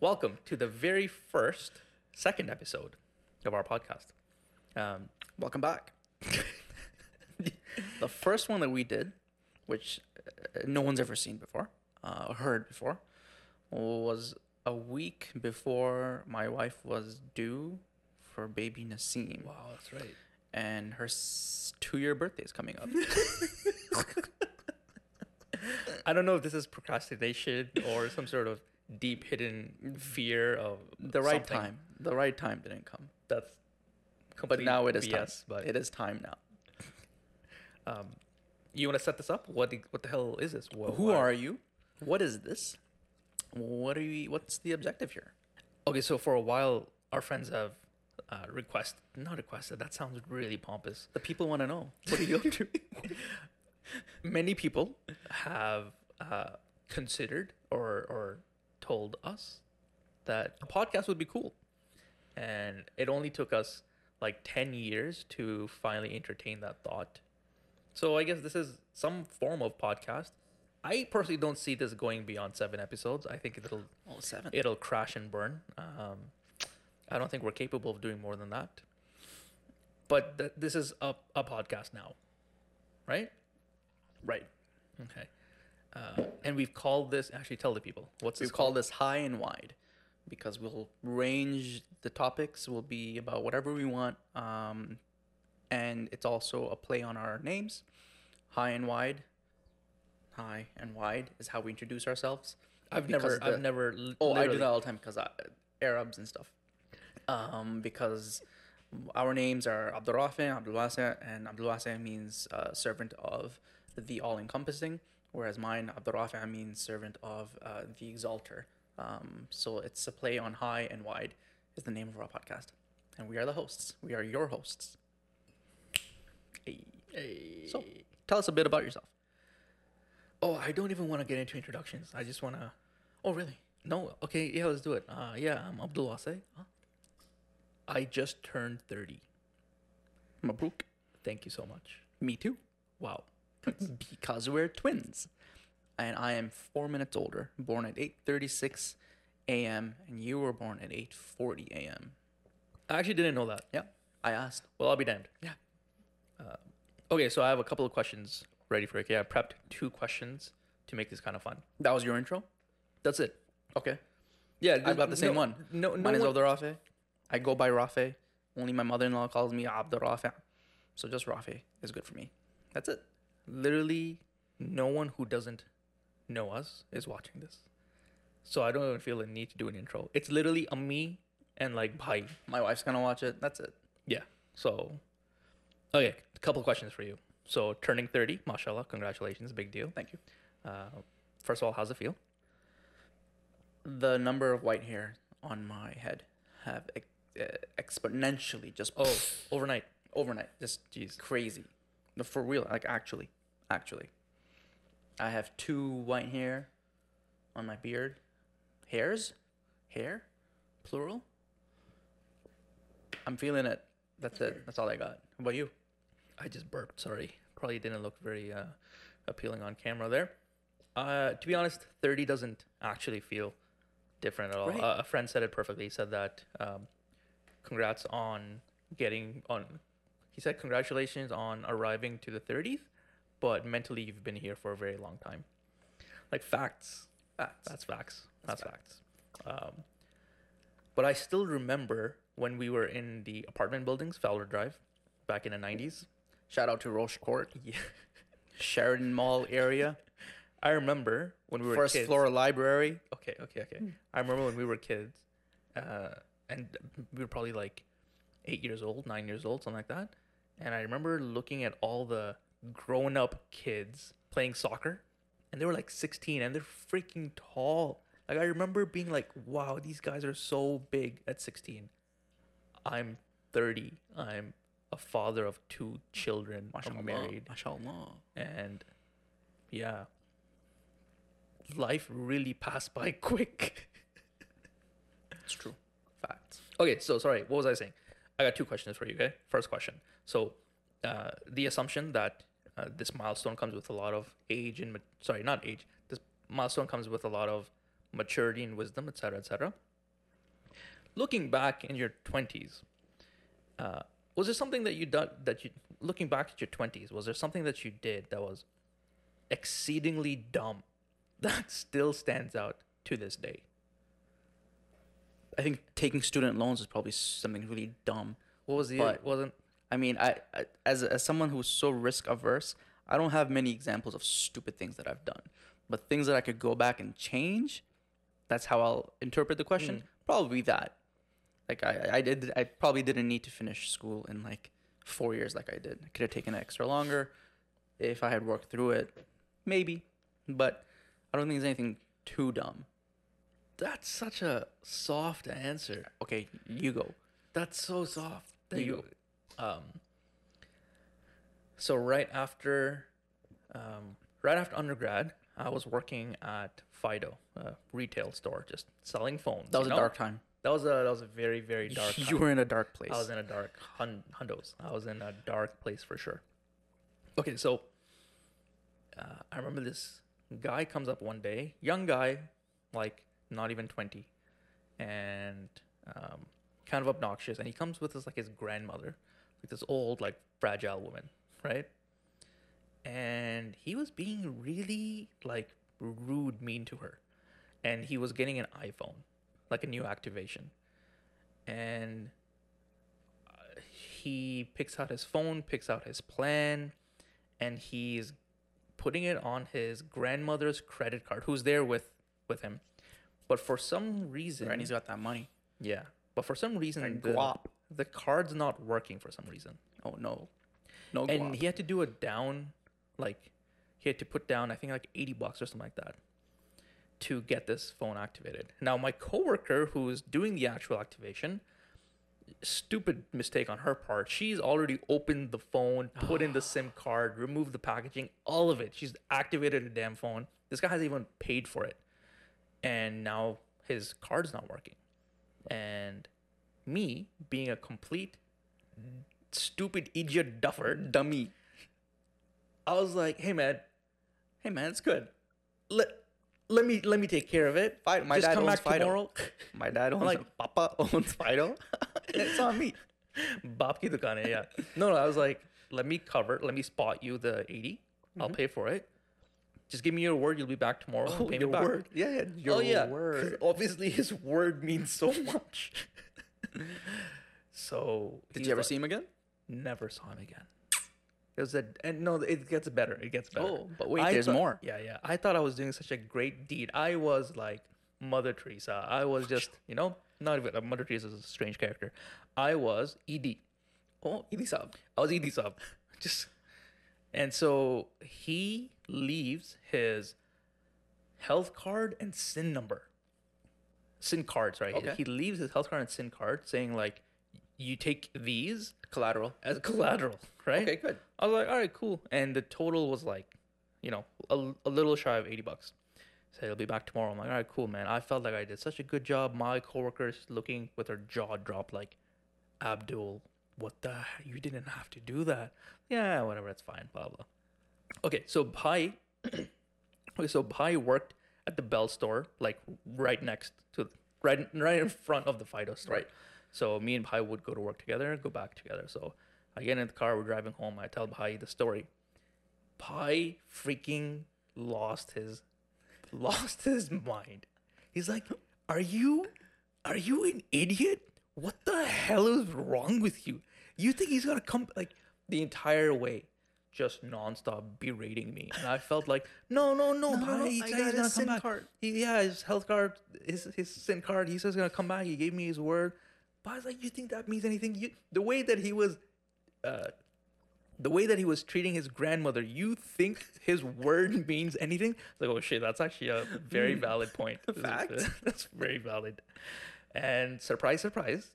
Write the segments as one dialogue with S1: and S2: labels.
S1: Welcome to the very first, second episode of our podcast. Um,
S2: Welcome back.
S1: the first one that we did, which uh, no one's ever seen before, uh, heard before, was a week before my wife was due for baby Nassim.
S2: Wow, that's right.
S1: and her s- two-year birthday is coming up. I don't know if this is procrastination or some sort of deep hidden fear of
S2: The right
S1: something.
S2: time.
S1: The right time didn't come,
S2: That's
S1: but
S2: complete
S1: now it is time.
S2: BS, But
S1: It is time now.
S2: um,
S1: You want to set this up? What the- what the hell is this? Wha-
S2: who
S1: what-
S2: are you?
S1: What is this? What are we? What's the objective here? Okay, so for a while, our friends have uh, requested, not requested. That sounds really pompous.
S2: The people want to know. What are you up to?
S1: many people have uh, considered or or told us that a podcast would be cool, and it only took us like ten years to finally entertain that thought. So I guess this is some form of podcast. I personally don't see this going beyond seven episodes. I think it'll
S2: Oh, seven.
S1: it'll crash and burn. Um, I don't think we're capable of doing more than that. But th- this is a, a podcast now, right?
S2: Right.
S1: Okay. Uh, and we've called this actually tell the people what's
S2: We've
S1: this called?
S2: called this high and wide because we'll range the topics will be about whatever we want. Um, and it's also a play on our names. High and wide. High and wide is how we introduce ourselves.
S1: I've
S2: because
S1: never,
S2: the-
S1: I've never. li-
S2: Oh, I do
S1: literally-
S2: that all the time because Arabs and stuff. Um, because our names are Abdurrahman, Abdulwasa, and Abdulwasa means uh, servant of the all encompassing, whereas mine, Abdurrahman, means servant of uh, the exalter. Um, so it's a play on high and wide, is the name of our podcast. And we are the hosts. We are your hosts. Hey. So tell us a bit about yourself.
S1: Oh, I don't even want to get into introductions. I just want to. Oh, really? No. Okay. Yeah, let's do it. Uh, yeah, I'm Abdul Asay. Huh? I just turned thirty.
S2: Mabruk.
S1: Thank you so much.
S2: Me too.
S1: Wow.
S2: because we're twins and i am four minutes older born at 8.36 a.m and you were born at 8.40 a.m
S1: I actually didn't know that.
S2: yeah i asked
S1: Well, I'll be damned.
S2: Yeah.
S1: Uh, okay, so I have a couple of questions ready for you. Okay, I prepped two questions to make this kind of fun.
S2: that was your intro
S1: That's it.
S2: okay
S1: Yeah,
S2: i've got the same
S1: no-
S2: one
S1: No, no
S2: mine is
S1: one-
S2: abdurrafe i go by rafe only my mother-in-law calls me abdurrafe so just rafe is good for me that's it
S1: literally no one who doesn't know us is watching this. So I don't even feel the need to do an intro. It's literally a me and like bye.
S2: my wife's gonna watch it that's it
S1: Yeah. So okay, a couple questions for you. So turning 30, mashallah, congratulations, big deal.
S2: thank you
S1: Uh, first of all, how's it feel?
S2: the number of white hair on my head have ex- uh, exponentially just
S1: Oh, overnight.
S2: overnight just
S1: Jeez.
S2: crazy. No, for real. Like actually, actually, I have two white hair on my beard. Hairs, hair, plural. I'm feeling it. That's it. That's all I got. How about you?
S1: I just burped, sorry. Probably didn't look very uh, appealing on camera there. Uh, to be honest, 30 doesn't actually feel different at all.
S2: Right.
S1: Uh, a friend said it perfectly. He said that, um, congrats on getting on. He said, congratulations on arriving to the 30th, but mentally you've been here for a very long time. Like facts.
S2: Facts.
S1: That's facts. That's,
S2: That's
S1: facts. Um, but I still remember when we were in the apartment buildings, Fowler Drive, back in the 90s.
S2: Shout out to Roche Court,
S1: Yeah.
S2: Sheridan Mall area,
S1: I remember when we were
S2: first
S1: kids.
S2: floor library.
S1: Okay, okay, okay. I remember when we were kids, uh, and we were probably like eight years old, nine years old, something like that. And I remember looking at all the grown-up kids playing soccer, and they were like 16, and they're freaking tall. Like I remember being like, "Wow, these guys are so big at 16." I'm 30. I'm a father of two children.
S2: Mashallah.
S1: I'm married
S2: Mashallah.
S1: and yeah life really passed by quick
S2: It's true. Facts.
S1: okay so sorry what was i saying i got two questions for you okay first question so uh, the assumption that uh, this milestone comes with a lot of age and ma- sorry not age this milestone comes with a lot of maturity and wisdom, etc., etc. Looking back in your twenties, uh, was there something that you done that you looking back at your twenties? Was there something that you did that was exceedingly dumb that still stands out to this day?
S2: I think taking student loans is probably something really dumb.
S1: What was the
S2: But-
S1: wasn't
S2: I mean, I, I as as someone who's so risk averse, I don't have many examples of stupid things that I've done, but things that I could go back and change. That's how I'll interpret the
S1: Hmm.
S2: question. Probably that. Like I, I did, I probably didn't need to finish school in like four years, like I did. I could have taken it extra longer if I had worked through it, maybe. But I don't think there's anything too dumb.
S1: that's such a soft answer.
S2: Okay, you go.
S1: That's so soft. There
S2: You
S1: you go. Um, so right after, um, right after undergrad, I was working at Fido, a retail store, just selling phones.
S2: That
S1: you
S2: was a
S1: know?
S2: dark time.
S1: That was a that was a very very dark.
S2: you
S1: time.
S2: were in a dark place.
S1: I was in a dark hun- hundos. I was in a dark place for sure. Okay, so uh, I remember this guy comes up one day, young guy, like not even twenty, and um, kind of obnoxious, and he comes with his like his grandmother, like this old like fragile woman, right? And he was being really like rude, mean to her, and he was getting an iPhone, like a new activation, and uh, he picks out his phone, picks out his plan, and he's putting it on his grandmother's credit card, who's there with with him. But for some reason,
S2: Right, and he's got that money.
S1: yeah, but for some reason,
S2: And
S1: the,
S2: guap.
S1: the card's not working for some reason,
S2: Oh no, no.
S1: and
S2: guap.
S1: he had to do a down, like he had to put down, I think like eighty bucks or something like that, to get this phone activated. Now my coworker who is doing the actual activation, stupid mistake on her part. She's already opened the phone, put in the SIM card, removed the packaging, all of it. She's activated a damn phone. This guy hasn't even paid for it. And now his card's not working. And me being a complete stupid idiot duffer,
S2: dummy.
S1: I was like, hey man,
S2: Hey man, it's good.
S1: let let me let me take care of it.
S2: Fi- my
S1: Just
S2: dad
S1: come
S2: owns
S1: back
S2: Fido.
S1: tomorrow.
S2: My dad owns
S1: like-
S2: like Papa owns Fido. it's on me.
S1: Bob ki dukaan hai, yeah. No, no, I was like, let me cover, let me spot you the 80.
S2: Mm-hmm.
S1: I'll pay for it. Just give me your word, you'll be back tomorrow. and pay me back.
S2: Oh, Yeah, yeah. Your
S1: oh yeah, 'cause
S2: word.
S1: obviously his word means so much. so
S2: Did
S1: he's
S2: you ever
S1: like-
S2: see him again?
S1: Never saw him again. It was a and no, it gets better. It gets better.
S2: Oh, but wait,
S1: I
S2: there's
S1: thought-
S2: more.
S1: Yeah, yeah. I thought I was doing such a great deed. I was like Mother Teresa. I was just, you know, not even uh, Mother Teresa is a strange character. I was E Ed.
S2: Oh, Elisab.
S1: I was eating some. Just and so he leaves his health card and SIN number. SIN cards, right?
S2: Okay.
S1: He leaves his health card and SIN card saying like you take these
S2: Collateral.
S1: as collateral, right?
S2: Okay, good.
S1: I was like, all right, cool. And the total was like, you know, a, a little shy of 80 bucks. Said he'll be back tomorrow. I'm like, all right, cool, man. I felt like I did such a good job. My coworker's looking with her jaw dropped, like, Abdul, what the? he- You didn't have to do that. Yeah, whatever, it's fine, blah, blah. Okay, so Bhai, okay, so Bhai worked at the Bell store, like right next to, right, right in front of the Fido store.
S2: Right.
S1: So me and Bhai would go to work together and go back together. So I get in the car, we're driving home. I tell Bhai the story. Bhai freaking lost his, lost his mind. He's like, "Are you, are you an idiot? What the hell is wrong with you? You think he's gonna come like the entire way?" Just nonstop berating me, and I felt like, no, no, no,
S2: no,
S1: Bhai, he's
S2: I
S1: he's
S2: got
S1: gonna
S2: his
S1: come
S2: SIM
S1: back.
S2: card.
S1: He, yeah, his health card, his his SIM card. He says he's gonna come back. He gave me his word. But I was like, you think that means anything? You, the way that he was, uh, the way that he was treating his grandmother, you think his word means anything? It's Like, oh shit, that's actually a very valid point. This is-
S2: Hmm. Fact.
S1: that's very valid. And surprise, surprise,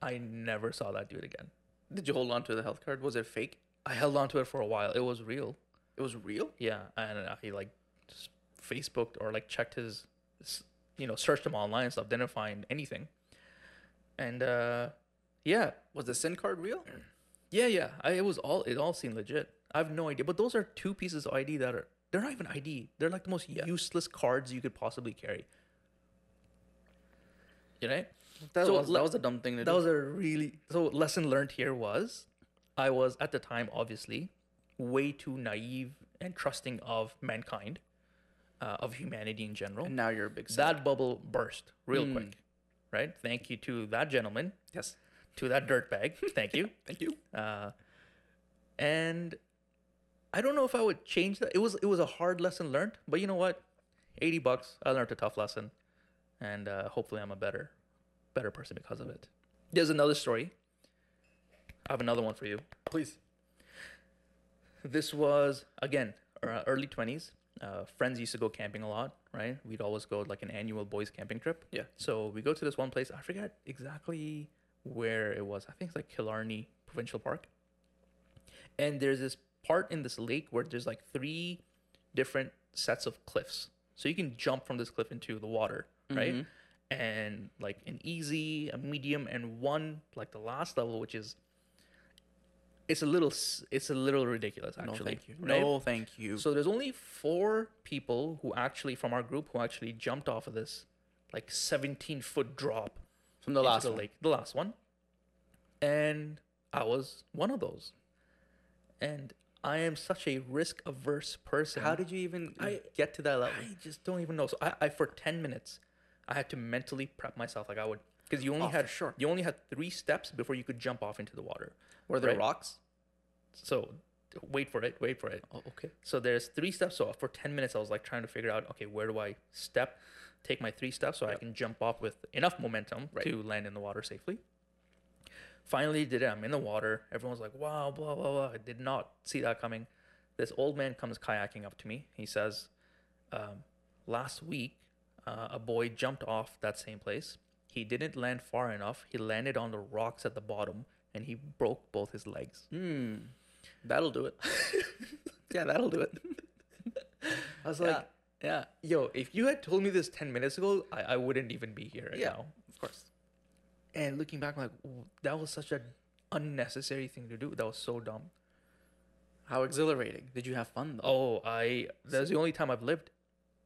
S1: I never saw that dude again.
S2: Did you hold on to the health card? Was it fake?
S1: I held on to it for a while. It was real.
S2: It was real.
S1: Yeah, and uh, he like s- Facebooked or like checked his, s- you know, searched him online and stuff. Didn't find anything. And uh, yeah,
S2: Was the SIN card real?
S1: yeah, yeah. I, it was all it all seemed legit. I have no idea, but those are two pieces of ID that are They're not even ID. They're like the most
S2: Yeah.
S1: useless cards you could possibly carry. You know?
S2: That,
S1: So
S2: was,
S1: le-
S2: that was a dumb thing to
S1: That
S2: do.
S1: was a really so lesson learned here was I was at the time obviously way too naive and trusting of mankind, uh, of humanity in general.
S2: and now you're a big
S1: that bubble burst real
S2: Mm.
S1: quick, right? Thank you to that gentleman,
S2: Yes.
S1: to that dirtbag. Thank you.
S2: Thank you.
S1: Uh, and I don't know if I would change that. It was it was a hard lesson learned, but you know what? Eighty bucks. I learned a tough lesson, and uh, hopefully I'm a better better person because of it. There's another story. I have another one for you.
S2: Please.
S1: This was again ear- early twenties. Uh, friends used to go camping a lot, right? We'd always go like an annual boys camping trip.
S2: Yeah.
S1: So we go to this one place. I forget exactly where it was. I think it's like Killarney Provincial Park. And there's this part in this lake where there's like three different sets of cliffs. So you can jump from this cliff into the water, right?
S2: Mm-hmm.
S1: And like an easy, a medium, and one like the last level, which is it's a little s- it's a little ridiculous
S2: No,
S1: actually.
S2: thank you.
S1: right?
S2: No, thank you.
S1: So there's only four people who actually from our group who actually jumped off of this like 17 foot drop
S2: From the
S1: into
S2: last
S1: the
S2: one.
S1: lake, the last one, and I was one of those. And I am such a risk averse person.
S2: How did you even
S1: I-
S2: get to that level?
S1: I just don't even know. So I, I for 10 minutes, I had to mentally prep myself. Like I would, because you only
S2: Oh, for
S1: had
S2: sure.
S1: you only had three steps before you could jump off into the water.
S2: Were there
S1: right?
S2: rocks?
S1: So wait for it. Wait for it.
S2: Oh, okay.
S1: So there's three steps. So for 10 minutes, I was like trying to figure out, okay, where do I step, take my three steps so I can jump off with enough momentum
S2: Right.
S1: to land in the water safely. Finally did it. I'm in the water. Everyone's like, wow, blah, blah, blah. I did not see that coming. This old man comes kayaking up to me. He says, um, last week, uh, a boy jumped off that same place. He didn't land far enough. He landed on the rocks at the bottom and he broke both his legs.
S2: Hmm. That'll do it. yeah, that'll do it.
S1: I was
S2: Yeah.
S1: like,
S2: yeah.
S1: Yo, if you had told me this 10 minutes ago, I, I wouldn't even be here right
S2: Yeah.
S1: now.
S2: Of course.
S1: And looking back, I'm like, "W- that was such an unnecessary thing to do. That was so dumb.
S2: How exhilarating. Did you have fun though?
S1: Oh, I, that's the only time I've lived.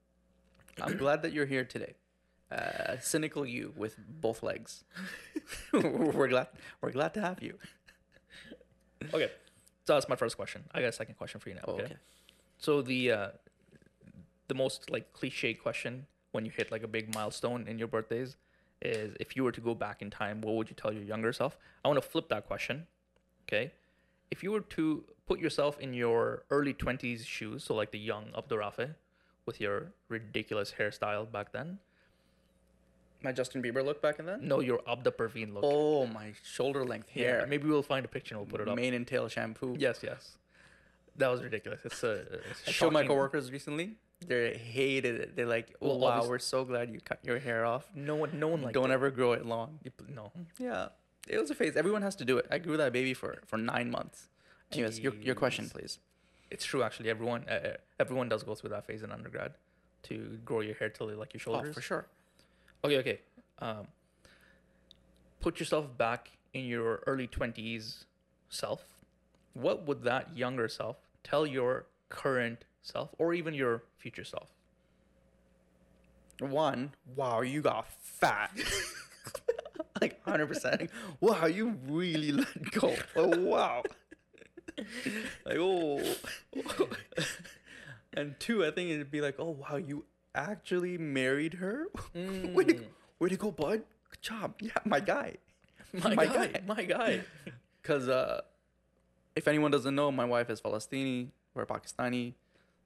S2: I'm glad that you're here today. Uh, cynical you with both legs. we're glad we're glad to have you.
S1: Okay. So that's my first question. I got a second question for you now.
S2: Oh,
S1: okay.
S2: okay.
S1: So the, uh, the most like cliche question when you hit like a big milestone in your birthdays is if you were to go back in time, what would you tell your younger self? I want to flip that question. Okay. If you were to put yourself in your early 20s shoes, so like the young Abdurrafe with your ridiculous hairstyle back then,
S2: My Justin Bieber look back in then?
S1: no, your Abda Perveen look.
S2: Oh my shoulder length hair.
S1: Yeah, maybe we'll find a picture and we'll put it up.
S2: Mane and tail shampoo.
S1: Yes, yes. That was ridiculous. It's a. It's
S2: I showed my
S1: shocking.
S2: coworkers recently. They hated it. They're like, oh,
S1: Well,
S2: "Wow,
S1: obvious-
S2: we're so glad you cut your hair off.
S1: No one, no one like.
S2: Don't ever grow it long."
S1: No.
S2: Yeah, it was a phase. Everyone has to do it. I grew that baby for for nine months. Anyways, your your question,
S1: Jeez.
S2: please.
S1: It's true, actually. Everyone, uh, uh, everyone does go through that phase in undergrad, to grow your hair till they like your shoulders.
S2: Oh, for sure.
S1: Okay, okay. Um, put yourself back in your early twenties self. What would that younger self tell your current self, or even your future self?
S2: One, wow, you got fat. like hundred percent. Wow, you really let go. Oh wow. like oh. and two, I think it'd be like, oh wow, you actually married her. Where'd you, where'd you go, bud? Good job. Yeah, my guy.
S1: My,
S2: My
S1: guy,
S2: guy.
S1: my guy.
S2: Because uh, if anyone doesn't know, my wife is Palestini. We're Pakistani.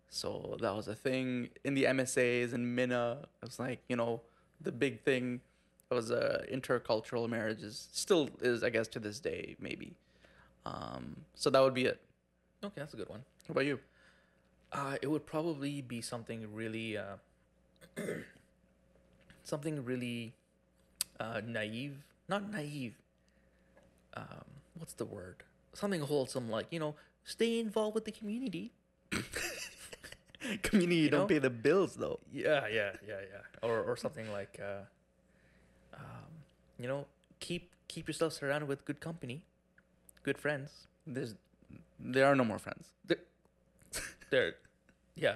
S2: So that was a thing in the MSAs and MINA. It was like, you know, the big thing. It was uh, intercultural marriages. Still is, I guess, to this day, maybe. Um, so that would be it.
S1: okay, that's a good one.
S2: What about you?
S1: Uh, it would probably be something really, uh, something really uh, naive. Not naive. Um, what's the word? Something wholesome, like you know, stay involved with the community.
S2: Community, you
S1: don't pay
S2: the bills, though.
S1: Yeah, yeah, yeah, yeah. Or or something like, uh, um, you know, keep keep yourself surrounded with good company, good friends.
S2: There's, there are no more friends.
S1: There, Yeah.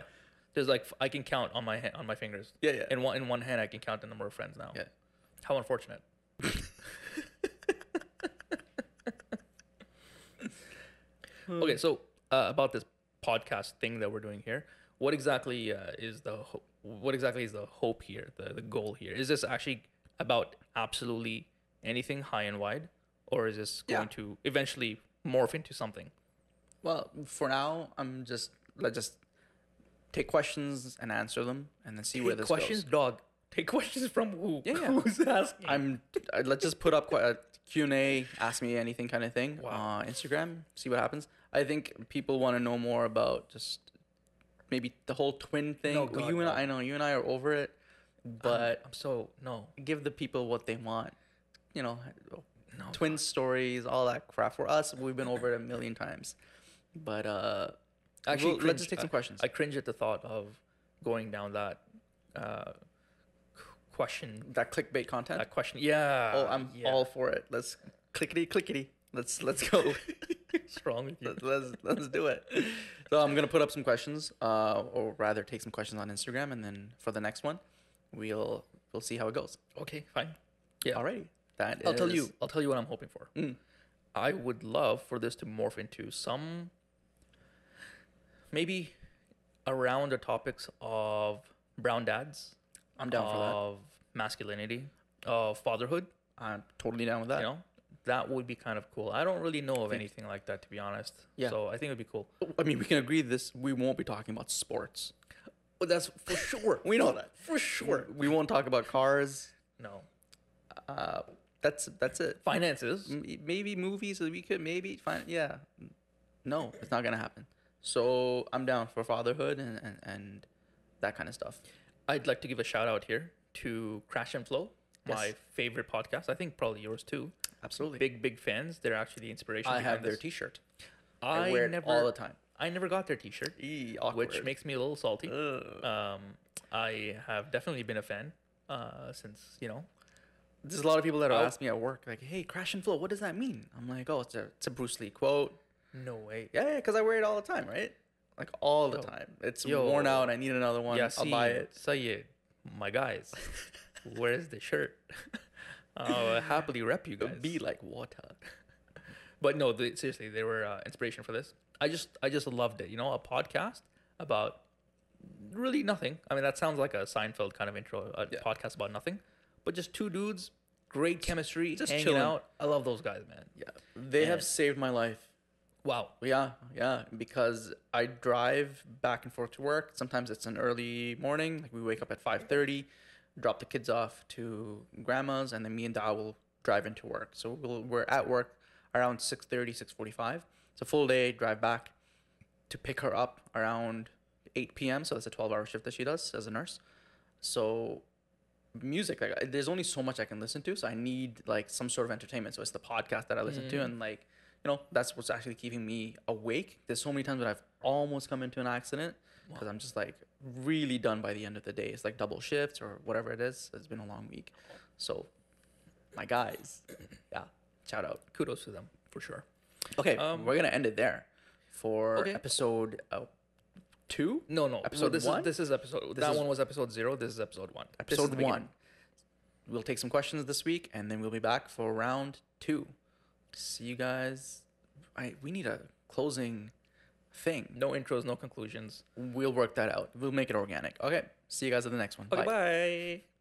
S1: There's like f- I can count on my ha- on my fingers.
S2: Yeah, yeah.
S1: In one in one hand I can count the number of friends now.
S2: Yeah.
S1: How unfortunate. okay, so uh, about this podcast thing that we're doing here, what exactly uh, is the ho- what exactly is the hope here? The the goal here is this actually about absolutely anything high and wide, or is this
S2: Yeah.
S1: going to eventually morph into something?
S2: Well, for now, I'm just let's just take questions and answer them, and then see where this
S1: questions,
S2: goes.
S1: dog. Take questions from who?
S2: Yeah, yeah.
S1: Who's asking?
S2: I'm I- let's just put up quite a Q and A, ask me anything kind of thing
S1: Wow.
S2: on Instagram. See what happens. I think people want to know more about just maybe the whole twin thing.
S1: No, God,
S2: you and
S1: no. Um,
S2: I, I know you and I are over it, but
S1: I'm so no,
S2: give the people what they want. You know,
S1: no.
S2: twin stories, all that crap. For us, we've been over it a million times. But uh,
S1: Actually,
S2: actually, let's
S1: cringe. uh,
S2: just take some questions.
S1: I cringe at the thought of going down that uh, qu- question.
S2: that clickbait content.
S1: That question. Yeah.
S2: oh, I'm
S1: uh, yeah.
S2: all for it. Let's clickety clickety. Let's let's go.
S1: strong with you.
S2: Let- let's let's do it. So I'm gonna put up some questions, uh, or rather take some questions on Instagram, and then for the next one, we'll we'll see how it goes.
S1: Okay, fine. Yeah.
S2: Alrighty. That
S1: I'll tell
S2: is-
S1: you. I'll tell you what I'm hoping for.
S2: Mm.
S1: I would love for this to morph into some, maybe, around the topics of brown dads.
S2: I'm down for that.
S1: Of masculinity, of fatherhood.
S2: I'm totally down with that.
S1: you know that would be kind of cool i don't really know of
S2: Think-
S1: anything like that to be honest
S2: Yeah.
S1: so i think it'd be cool
S2: I mean, we can agree this. We won't be talking about sports.
S1: well that's for sure
S2: We know that.
S1: for sure
S2: We won't talk about cars.
S1: no
S2: Uh, that's that's it.
S1: finances
S2: M- Maybe movies. We could maybe find. Yeah. No, it's not gonna happen. So I'm down for fatherhood and and, and that kind of stuff.
S1: i'd like to give a shout out here to crash and flow my
S2: Yes.
S1: favorite podcast i think probably yours too
S2: Absolutely.
S1: big big fans they're actually the inspiration
S2: I
S1: behind
S2: have their
S1: this.
S2: T-shirt.
S1: I
S2: I, wear it
S1: never E,
S2: all the time.
S1: i never got their t-shirt which makes me a little salty um i have definitely been a fan uh since you know
S2: there's a lot of people that will
S1: I'll-
S2: ask me at work, like, "Hey, crash and flow, what does that mean?" I'm like, "Oh, it's a it's a Bruce Lee quote."
S1: no way
S2: Yeah, yeah, because I wear it all the time, right? Like all the
S1: Yo.
S2: time. It's
S1: Yo.
S2: worn out. I need another one.
S1: Yeah,
S2: I'll buy it.
S1: Sayed, my guys, where's the shirt? I'll happily rep you guys.
S2: Be like water.
S1: But no, they, seriously, they were uh, inspiration for this. I just, I just loved it. You know, a podcast about really nothing. I mean, that sounds like a Seinfeld kind of intro, a
S2: Yeah.
S1: podcast about nothing, but just two dudes, great chemistry,
S2: Just
S1: hanging
S2: chilling.
S1: out. I love those guys, man.
S2: Yeah, they have
S1: And-
S2: saved my life.
S1: Wow.
S2: Yeah, yeah, because I drive back and forth to work. Sometimes it's an early morning, like we wake up at 5:30, drop the kids off to grandma's and then me and Dao will drive into work. So we'll, we're at work around 6:30, 6:45. It's a full day drive back to pick her up around 8 p.m. So that's a 12-hour shift that she does as a nurse. So music like I- there's only so much I can listen to, so I need like some sort of entertainment. So it's the podcast that I listen to and like you know, that's what's actually keeping me awake. There's so many times that I've almost come into an accident because I'm just like really done by the end of the day. It's like double shifts or whatever it is. It's been a long week. So, my guys, yeah, shout out.
S1: Kudos to them for sure.
S2: Okay,
S1: Um,
S2: we're going to end it there for
S1: Okay.
S2: episode uh, two.
S1: No, no.
S2: Episode
S1: this
S2: one?
S1: Is, this is episode.
S2: This
S1: that
S2: is-
S1: one was episode zero. This is episode one. This is the
S2: Episode
S1: beginning.
S2: one. We'll take some questions this week and then we'll be back for round two. See you guys. I, we need a closing thing.
S1: No intros, no conclusions.
S2: We'll work that out. We'll make it organic. Okay. See you guys at the next one.
S1: Okay,
S2: Bye.
S1: bye.